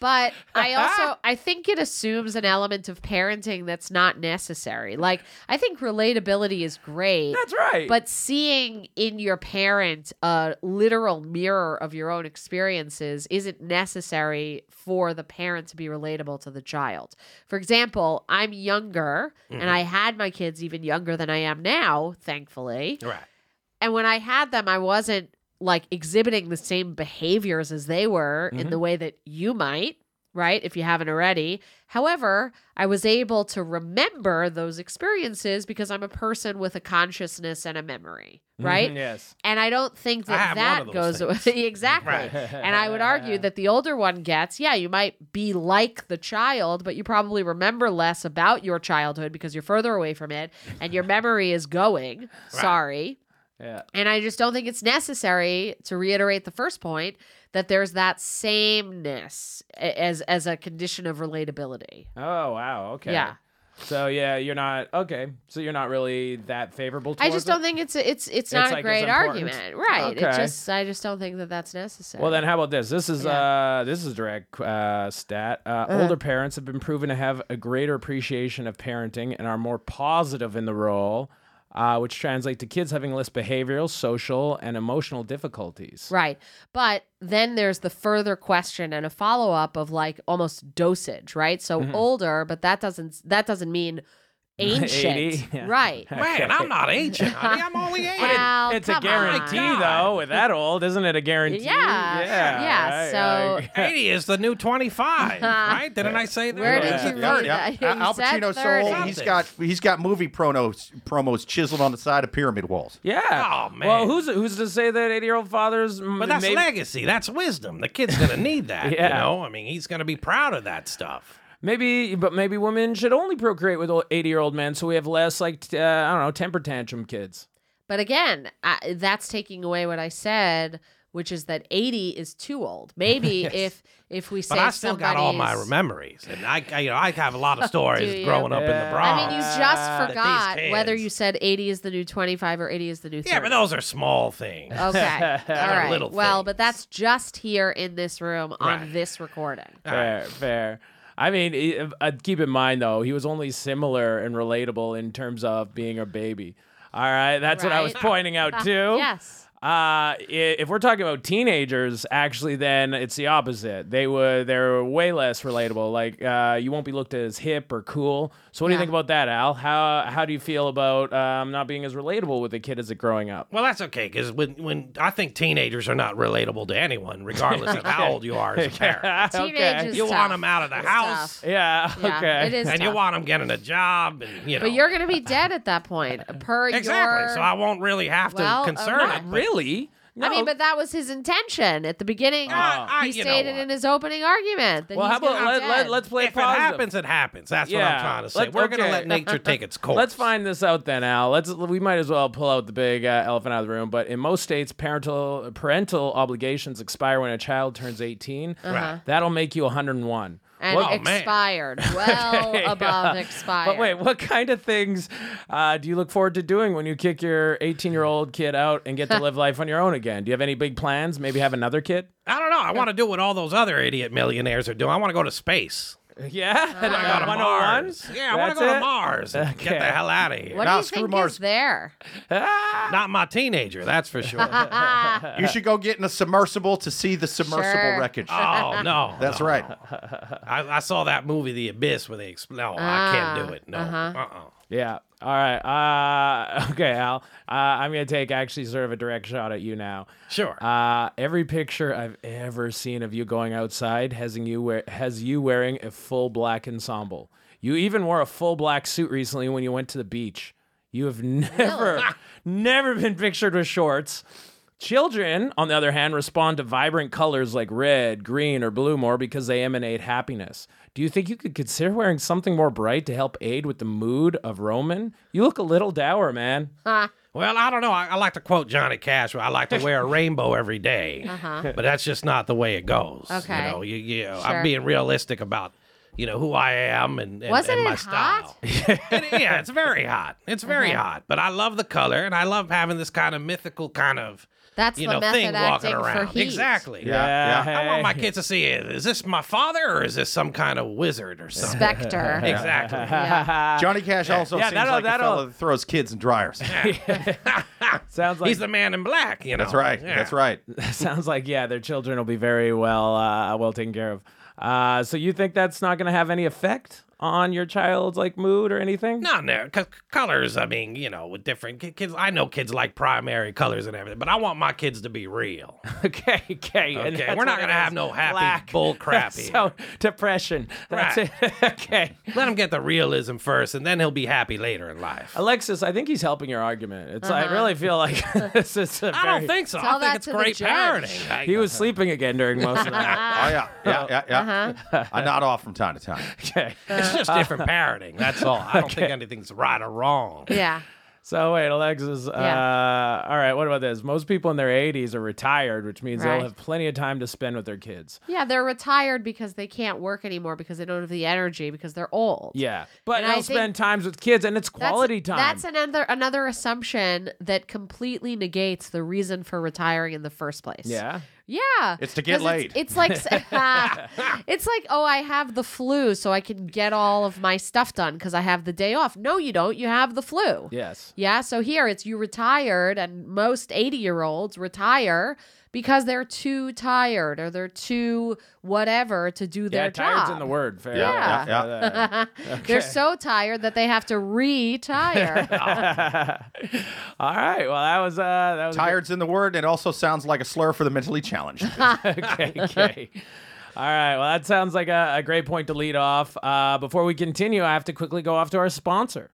but I also I think it assumes an element of parenting that's not necessary. Like, I think relatability is great. That's right. But seeing in your parent a literal mirror of your own experiences isn't necessary for the parent to be relatable to the child. For example, I'm younger and I had my kids even younger than I am now, thankfully. Right. And when I had them, I wasn't like exhibiting the same behaviors as they were Mm-hmm. in the way that you might, right? If you haven't already. However, I was able to remember those experiences because I'm a person with a consciousness and a memory, right? Mm-hmm. yes. And I don't think Mm-hmm. I that have one that of goes those away. exactly. And I would argue that the older one gets, yeah, you might be like the child, but you probably remember less about your childhood because you're further away from it and your memory is going. Sorry. Yeah. And I just don't think it's necessary to reiterate the first point that there's that sameness a- as as a condition of relatability. Oh wow. Okay. Yeah. So yeah, you're not okay. So you're not really that favorable. I Towards just it? don't think it's a, it's it's not like a it's great important. argument, right? It Okay. just I just don't think that that's necessary. Well, then how about this? This is uh this is a direct uh, stat. Uh, Uh-huh. Older parents have been proven to have a greater appreciation of parenting and are more positive in the role. Uh, which translate to kids having less behavioral, social, and emotional difficulties. Right. But then there's the further question and a follow up of like almost dosage, right? So Mm-hmm. older, but that doesn't that doesn't mean ancient. 80, yeah. Right. Man, I'm not ancient. honey. I'm only eight. Al, it's a come guarantee, on. though. With that old, isn't it a guarantee? Yeah. Yeah. Yeah, so- like- 80 is the new 25, right? Didn't I say that? Where Yeah. did you It's read a Thirty. that? Al- Al You said Pacino's so 30. old, he's got he's got movie promos promos chiseled on the side of pyramid walls. yeah. Oh, man. Well, who's who's to say that eighty-year-old fathers? m- But that's maybe, legacy. That's wisdom. The kid's gonna need that. You Yeah. know, I mean, he's gonna be proud of that stuff. maybe, but maybe women should only procreate with eighty-year-old men, so we have less like t- uh, I don't know temper tantrum kids. But again, I, that's taking away what I said, which is that 80 is too old. Maybe if if we say But I still got all my somebody's- memories, and I, I- you know, I have a lot of Do you? stories growing up in Yeah. the I Bronx. mean, you Ah. just That these forgot whether kids- you said 80 is the new 25 or 80 is the new 30. yeah, but those are small things. Oh. Okay. All are right. little well, things. but that's just here in this room on Right. this recording. Fair, fair. I mean, i- uh, keep in mind though, he was only similar and relatable in terms of being a baby. All right, that's what I was Right. pointing out too. Yes. Uh, i- if we're talking about teenagers, actually, then it's the opposite. They were they're way less relatable. Like, uh, you won't be looked at as hip or cool. So, what do Yeah. you think about that, Al? How how do you feel about um, not being as relatable with a kid as it growing up? Well, that's okay because when when I think teenagers are not relatable to anyone, regardless of how old you are as a parent. Teenage is Okay. You want tough. them out of the It's house, tough. Yeah. Yeah, okay. It is. and tough. you want them getting a job, and you know but you're going to be dead at that point, per exactly. your. So I won't really have to Well, concern okay. it. uh, Really? I mean, but that was his intention at the beginning. Ah, I- he you know stated what? in his opening argument that Well, how he's about gonna let, be let, dead. let's play if positive. it happens, it happens. That's what Yeah. I'm trying to say. Let- We're okay. gonna let nature take its course. Let's find this out then, Al. Let's we might as well pull out the big uh, elephant out of the room. But in most states, parental parental obligations expire when a child turns 18 Uh-huh. Right. That'll make you one hundred and one. and Well, man. expired, well Okay, above yeah. expired. But wait, what kind of things uh, do you look forward to doing when you kick your 18 year old kid out and get to live life on your own again? Do you have any big plans? Maybe have another kid? I don't know. I want to do what all those other idiot millionaires are doing. I want to go to space. Yeah, I want to go to Mars. Yeah, I want That's to go to it? Mars. and Get Okay. the hell out of here. what Nah, do you screw think Mars. is there? Not my teenager, that's for sure. oh Uh, You should go get in a submersible to see the submersible Sure. wreckage. Oh, Oh, no, That's no. right. I, I saw that movie, The Abyss, where they explain. No, I can't Ah, do it. No, uh-huh. uh-uh. Yeah. All right. Uh, okay, Al. Uh, I'm gonna take actually sort of a direct shot at you now. Sure. Uh, every picture I've ever seen of you going outside has you wear has you wearing a full black ensemble. You even wore a full black suit recently when you went to the beach. You have never, never been pictured with shorts. Children, on the other hand, respond to vibrant colors like red, green, or blue more because they emanate happiness. Do you think you could consider wearing something more bright to help aid with the mood of Roman? You look a little dour, man. Well, I don't know. I, I like to quote Johnny Cash. where I like to wear a rainbow every day, but that's just not the way it goes. Uh-huh. Okay. You know, you, you know, Sure. I'm being realistic about, you know, who I am and, and, Wasn't and my it hot? style. It- yeah, it's very hot. It's very Okay. hot. But I love the color, and I love having this kind of mythical kind of, That's you the know, method thing walking acting for around. heat. Exactly. Yeah, hey. I want my kids to see is this my father or is this some kind of wizard or something? Spectre. Exactly. Yeah. Johnny Cash also Yeah, seems that'll- like a that'll- fella that throws kids in dryers. Sounds like He's the man in black, you know. That's right. Yeah. That's right. Uh, Oh, Sounds like yeah, their children will be very well uh, well taken care of. Uh, so you think that's not going to have any effect on your child's like mood or anything? No, no, because colors. I mean, you know, with different ki- kids. I know kids like primary colors and everything, but I want my kids to be real. Okay, okay. and Okay, that's we're not what it gonna have is. no happy Black. bull crap here. so depression. That's Right. it. okay. Let him get the realism first, and then he'll be happy later in life. Alexis, I think he's helping your argument. It's I really feel like this is. a Uh-huh. I don't very- think so. I Tell think that it's to the great judge. parenting. I- He was sleeping again during most of that. Oh yeah, yeah, yeah, yeah. Uh-huh. I nod off from time to time. Okay. it's just different parenting. That's all. I don't think anything's right or wrong. Yeah. So wait, Alexis. Uh, all right. What about this? Most people in their 80s are retired, which means Right. they'll have plenty of time to spend with their kids. Yeah, they're retired because they can't work anymore because they don't have the energy because they're old. Yeah, but And they'll I think spend times with kids, and it's That's- quality time. That's another another assumption that completely negates the reason for retiring in the first place. yeah. Yeah. It's to get 'cause it's- laid. It's, like it's like, oh, I have the flu, so I can get all of my stuff done because I have the day off. No, you don't. You have the flu. Yes. Yeah. So here it's you retired, and most 80 year olds retire because they're too tired or they're too whatever to do Yeah. their Tired's job. in the word. Fair. Yeah, enough. Uh, They're so tired that they have to retire. Uh, All right. Well, that was uh, that was Tired's in the word, and it also sounds like a slur for the mentally challenged. Uh, okay, okay. All right. Well, that sounds like a, a great point to lead off. Uh, before we continue, I have to quickly go off to our sponsor.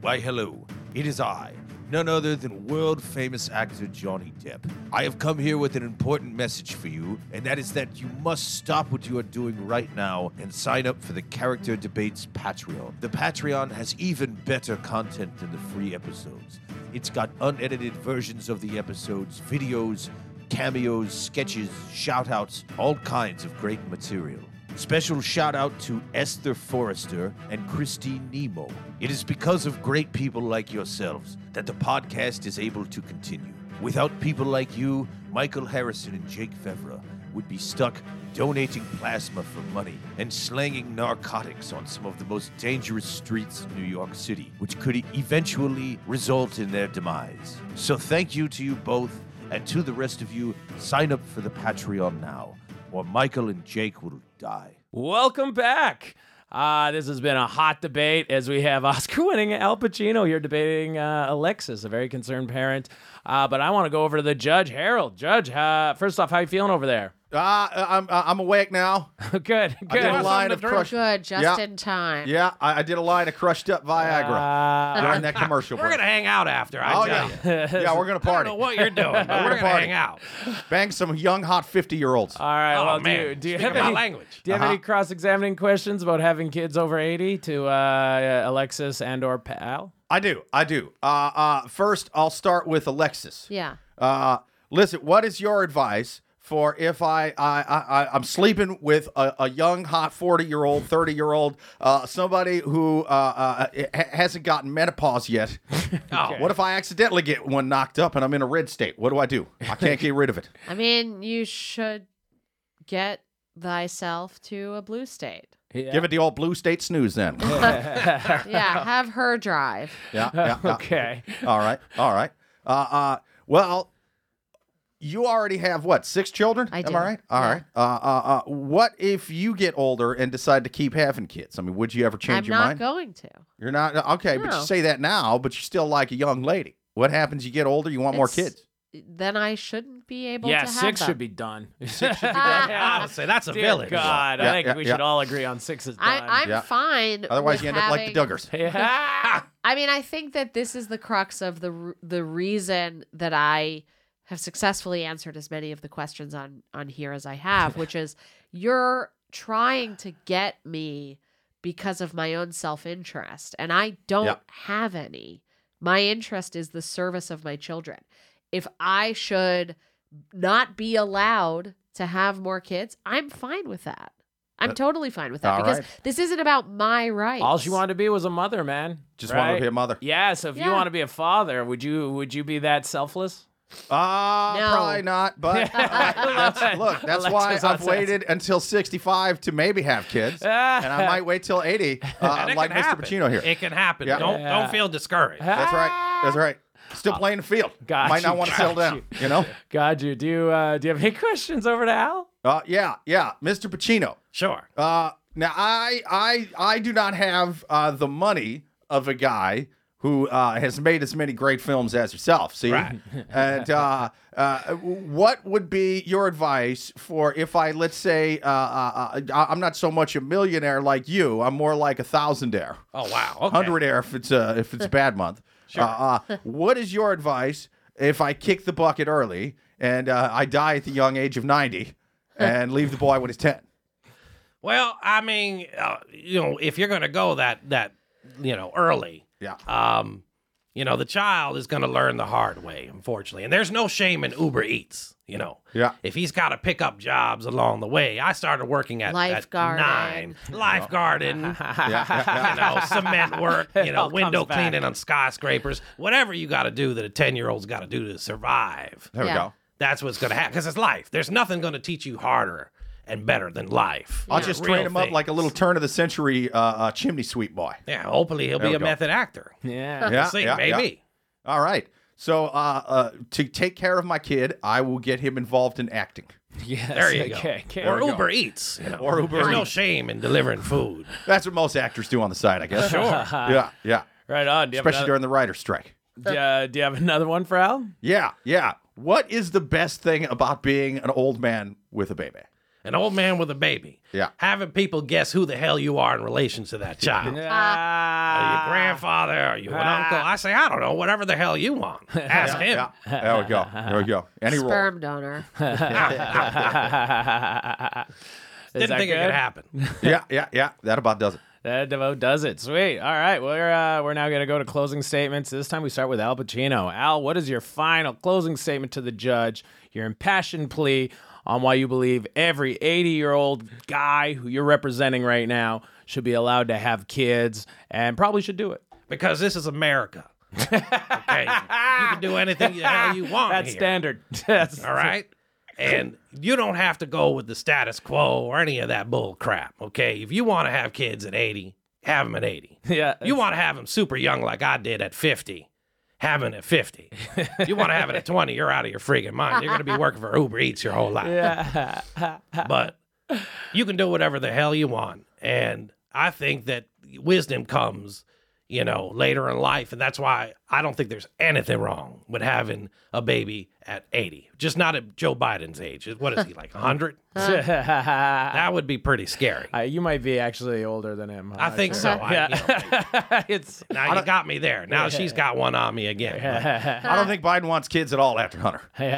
Why, hello. It is I, none other than world famous actor Johnny Depp. I have come here with an important message for you, and that is that you must stop what you are doing right now and sign up for the Character Debates Patreon. The Patreon has even better content than the free episodes. It's got unedited versions of the episodes, videos, cameos, sketches, shout outs, all kinds of great material. Special shout out to Esther Forrester and Christine Nemo. It is because of great people like yourselves that the podcast is able to continue. Without people like you, Michael Harrison and Jake Fevra would be stuck donating plasma for money and slanging narcotics on some of the most dangerous streets in New York City, which could eventually result in their demise. So thank you to you both, and to the rest of you, sign up for the Patreon now or Michael and Jake will die. Welcome back. Uh, this has been a hot debate as we have Oscar winning Al Pacino here debating uh, Alexis, a very concerned parent. Uh, but I want to go over to the judge, Harold. Judge, uh, first off, how you feeling over there? Ah, I'm I'm awake now. good, I did a good. lot- line something of to drink. crushed. Good, just Yeah. in time. Yeah, I, I did a line of crushed up Viagra Uh, during that commercial. We're break. gonna hang out after. I oh tell yeah, you. yeah, we're gonna I don't party. know what you're doing, but we're gonna party. hang out. Bang some young hot fifty year olds. all right. Oh well, do you- man, do, you Speaking have my any, language. do you have any cross-examining questions about having kids over 80 to uh, Alexis and or Pal? I do, I do. Uh, uh, first, I'll start with Alexis. Yeah. Uh, listen, what is your advice for if I I I I- I'm sleeping with a, a young hot forty year old, thirty year old, uh, somebody who uh, uh, ha- hasn't gotten menopause yet? Oh, What if I accidentally get one knocked up and I'm in a red state? What do I do? I can't get rid of it. I mean, you should get thyself to a blue state. Give it the old blue state snooze then. yeah, Yeah, have her drive. yeah, yeah. Okay. All right, all right. Uh, uh, well, you already have what six children? I Am do, I right? All yeah. right. Uh, uh, uh, what if you get older and decide to keep having kids? I mean, would you ever change I'm your not mind? going to. You're not uh, okay, but No. you say that now, but you're still like a young lady. What happens? You get older, you want more It's- kids. Then I shouldn't be able Yeah, to have six them. Uh, should be done. I would say Oh, that's a Dear village. God, I Yeah, think yeah, we yeah. should all agree on six is done. I, I'm Yeah. fine. Otherwise, with you end up like the having- Duggars. yeah. I mean, I think that this is the crux of the r- the reason that I have successfully answered as many of the questions on on here as I have, which is you're trying to get me because of my own self-interest and I don't Yeah. have any. My interest is the service of my children. If I should not be allowed to have more kids, I'm fine with that. I'm totally fine with that Uh, all because right. this isn't about my rights. All she wanted to be was a mother, man. Just right? want to be a mother. Yeah, so if you Yeah. want to be a father, would you would you be that selfless? Ah, No. probably not. But uh, that's- it. look, that's Alexa's why on I've set. waited until 65 to maybe have kids, and I might wait till 80, uh, And it like can Mr. happen. Pacino here. It can happen. Yeah. Don't Yeah. don't feel discouraged. That's right. That's right. Still playing the field. Ah, got Might not you, want to got settle down. You, know? God, you do. You, uh, do you have any questions over to Al? Uh, yeah, yeah. Mr. Pacino. Sure. Uh, now I I I do not have uh, the money of a guy who uh, has made as many great films as yourself. See, Right. and uh, uh, what would be your advice for if I let's say uh, uh, uh, I'm not so much a millionaire like you, I'm more like a thousandaire. Oh wow. Okay. hundred air if it's uh, if it's a bad month. Sure. Uh, uh, what is your advice if I kick the bucket early and uh, I die at the young age of ninety and leave the boy when he's ten? Well, I mean, uh, you know, if you're gonna go that that you know early, Yeah. um, you know, the child is gonna learn the hard way, unfortunately. And there's no shame in Uber Eats. You know. Yeah. If he's got to pick up jobs along the way, I started working at, at Lifeguarding. nine, lifeguarding, yeah, yeah, you know, cement work, you It know, all comes window back. cleaning on skyscrapers, whatever you got to do that a 10 year old's got to do to survive. There Yeah. we go. That's what's going to happen because it's life. There's nothing going to teach you harder and better than life. I'll Yeah. just Real train him up like a things. little turn of the century uh, uh, chimney sweep boy. Yeah, hopefully he'll There be we a go. method actor. Yeah. Yeah, See, yeah, yeah. maybe. All right. So uh, uh, to take care of my kid, I will get him involved in acting. Yes, There you okay, go. okay. Or Uber Eats. you know. Or Uber There's no Eats. shame in delivering food. That's what most actors do on the side, I guess. Sure. yeah, yeah. Right on. Do you, have Especially another, during the writer's strike. uh, do you have another one for Al? Yeah, yeah. What is the best thing about being an old man with a baby? An old man with a baby. Yeah. Having people guess who the hell you are in relation to that child. Are you Ah. your grandfather? Are you an uncle? I say, I don't know. Whatever the hell you want. Ask him. Yeah, there we go. There we go. Any role. sperm donor. Is Didn't that think good? it could happen. Yeah, yeah, yeah. That about does it. That devote does it. Sweet. All right, we're uh, we're now gonna go to closing statements. This time we start with Al Pacino. Al, what is your final closing statement to the judge? Your impassioned plea on why you believe every 80 year old guy who you're representing right now should be allowed to have kids and probably should do it. Because this is America. Okay. you can do anything the hell you want. That's here, standard. That's All right. And you don't have to go with the status quo or any of that bull crap. Okay. If you want to have kids at 80, have them at 80. Yeah. You want to have them super young like I did at 50. Have 'em at 50. You want to have it at 20, you're out of your freaking mind. You're going to be working for Uber Eats your whole life. Yeah. But you can do whatever the hell you want. And I think that wisdom comes you know, later in life. And that's why I don't think there's anything wrong with having a baby at 80. Just not at Joe Biden's age. What is he, like 100? that would be pretty scary. Uh, you might be actually older than him. I think so. I- Yeah. you know, like, it's now you got me there. Now she's got one on me again. oh, I don't think Biden wants kids at all after Hunter. But- oh,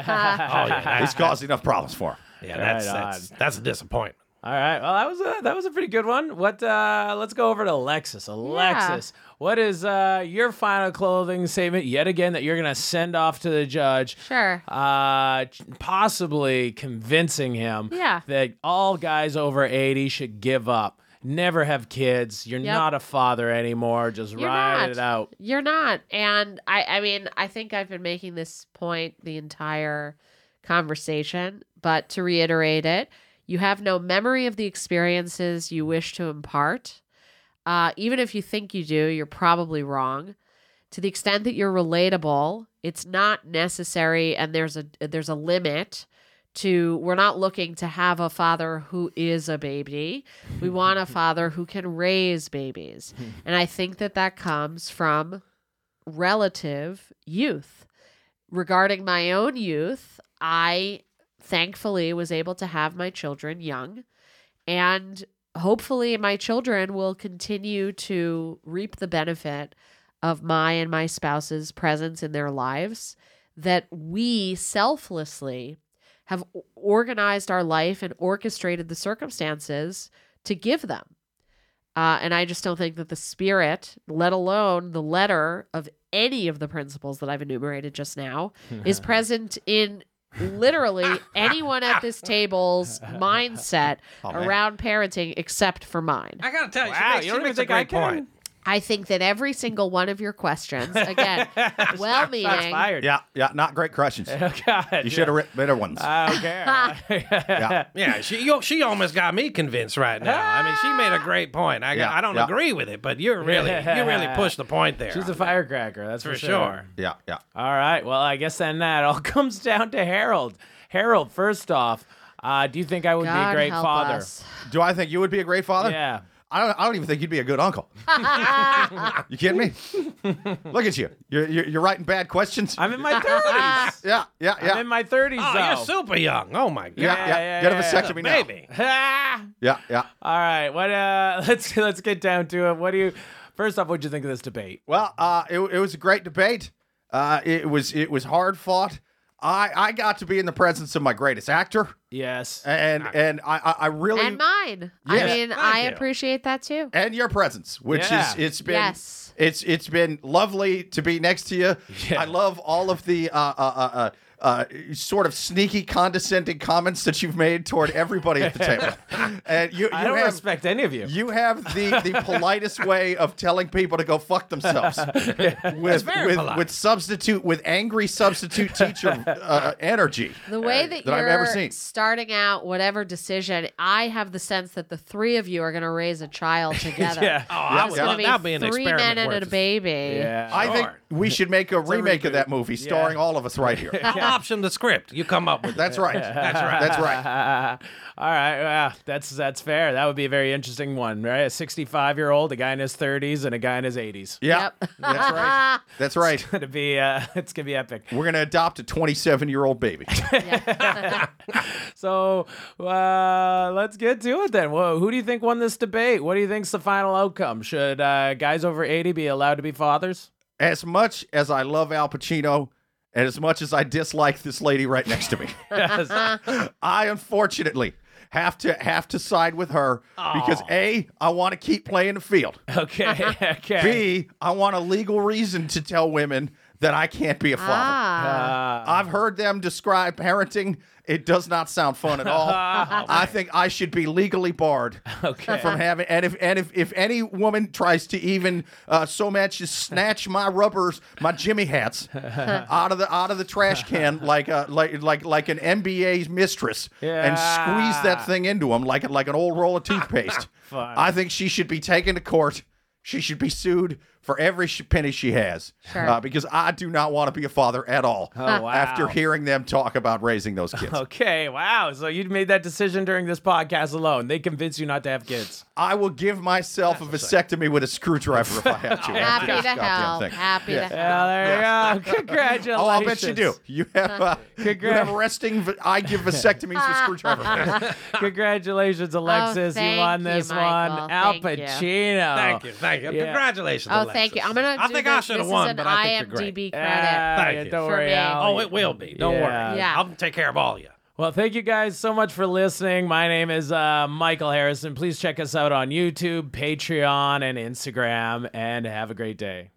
yeah. that- He's caused enough problems for him. yeah, that's, Right that's, that's a disappointment. all right. Well, that was a, that was a pretty good one. What? Uh, let's go over to Alexis. Alexis, what is uh, your final clothing statement yet again that you're gonna send off to the judge? Sure. Uh, ch- possibly convincing him Yeah. that all guys over 80 should give up, never have kids. You're Yep. not a father anymore. Just You're ride not. it out. You're not. And I I mean, I think I've been making this point the entire conversation, but to reiterate it, you have no memory of the experiences you wish to impart. Uh, even if you think you do, you're probably wrong. To the extent that you're relatable, it's not necessary and there's a there's a limit to we're not looking to have a father who is a baby. We want a father who can raise babies. And I think that that comes from relative youth. Regarding my own youth, I thankfully was able to have my children young. And hopefully, my children will continue to reap the benefit of my and my spouse's presence in their lives that we selflessly have o- organized our life and orchestrated the circumstances to give them. Uh, and I just don't think that the spirit, let alone the letter of any of the principles that I've enumerated just now, is present in literally anyone at this table's mindset around parenting except for mine. I got to tell you, Wow, you don't even think I can. I think that every single one of your questions, again, well Shots meaning. fired. Yeah, yeah, not great questions. God. You should have written better ones. I don't care. Yeah, she yo, she almost got me convinced right now. I mean, she made a great point. I, Yeah, I don't yeah. agree with it, but you're really you really pushed the point there. She's a firecracker, that's for, For sure. sure. yeah, yeah. All right. Well, I guess then that all comes down to Harold. Harold, first off, uh, do you think I would be God a great help father? us. Do I think you would be a great father? Yeah. I don't, I don't even think you'd be a good uncle. you kidding me? Look at you. You're, you're, you're writing bad questions. I'm in my 30s. yeah, yeah, yeah. I'm in my 30s, oh, though. you're super young. Oh my god, yeah, yeah, yeah, yeah, Get a yeah, vasectomy now. baby. Ah! Yeah, yeah. All right. What? Uh, let's let's get down to it. What do you? First off, what'd you think of this debate? Well, uh, it, it was a great debate. Uh, it was it was hard fought. I, I got to be in the presence of my greatest actor, Yes. and and I I- I really And mine. Yes. I mean, Thank I you. appreciate that too. and your presence, which Yeah. is it's been Yes. it's it's been lovely to be next to you. I love all of the uh, uh, uh, uh, uh, sort of sneaky, condescending comments that you've made toward everybody at the table, and you you I don't have. respect any of you. you have the, the politest way of telling people to go fuck themselves with very with, polite. with substitute with angry substitute teacher uh, energy. The way that, that I've you're ever seen. starting out whatever decision, I have the sense that the three of you are going to raise a child together. Yeah. Oh, I It's would gonna love that'd be an three experiment. men and worth a it. baby. yeah. I think Sure. we should make a remake of that movie starring all of us right here. I'll option the script. You come up with it. That's right. That's right. That's right. All right, well, that's that's fair. That would be a very interesting one, right? A 65 year old, a guy in his 30s, and a guy in his 80s. Yeah. Yep. That's right. That's right. It's gonna be uh, it's gonna be epic. We're gonna adopt a 27 year old baby. So uh, let's get to it then. Whoa, who do you think won this debate? What do you think's the final outcome? Should uh, guys over 80 be allowed to be fathers? As much as I love Al Pacino, and as much as I dislike this lady right next to me. Yes. I unfortunately have to have to side with her because a I want to keep playing the field. okay, okay. B I want a legal reason to tell women that I can't be a father. Ah. Uh, I've heard them describe parenting. It does not sound fun at Oh, all. I think I should be legally barred Okay. from having. And if and if, if any woman tries to even uh, so much as snatch my rubbers, my Jimmy hats out of the out of the trash can like a like like like an MBA's mistress and squeeze Yeah. that thing into them like like an old roll of toothpaste. I think she should be taken to court. She should be sued for every sh- penny she has Sure. uh, because I do not want to be a father at all Oh, wow. after hearing them talk about raising those kids. Okay, wow. So you made that decision during this podcast alone. They convinced you not to have kids. I will give myself a vasectomy with a screwdriver if I have to. after Happy this to goddamn help. thing. Happy to help. Yeah, there you go. Congratulations. Oh, I'll bet you do. You have, uh, you Congrats. have resting. v- I give vasectomies with screwdriver. Congratulations, Alexis. you Oh, thank won you, this Michael. one. Al Thank you. Pacino. Thank you, thank you. Yeah. Congratulations. Oh, thank you. I'm gonna. I do think this. I should have This won, is but an I think you're great. IMDb credit. Yeah, Thank you. Don't For worry, me. Al. Oh, it will be. Don't Yeah. worry. Yeah. I'll take care of all you. Well, thank you guys so much for listening. My name is uh, Michael Harrison. Please check us out on YouTube, Patreon, and Instagram, and have a great day.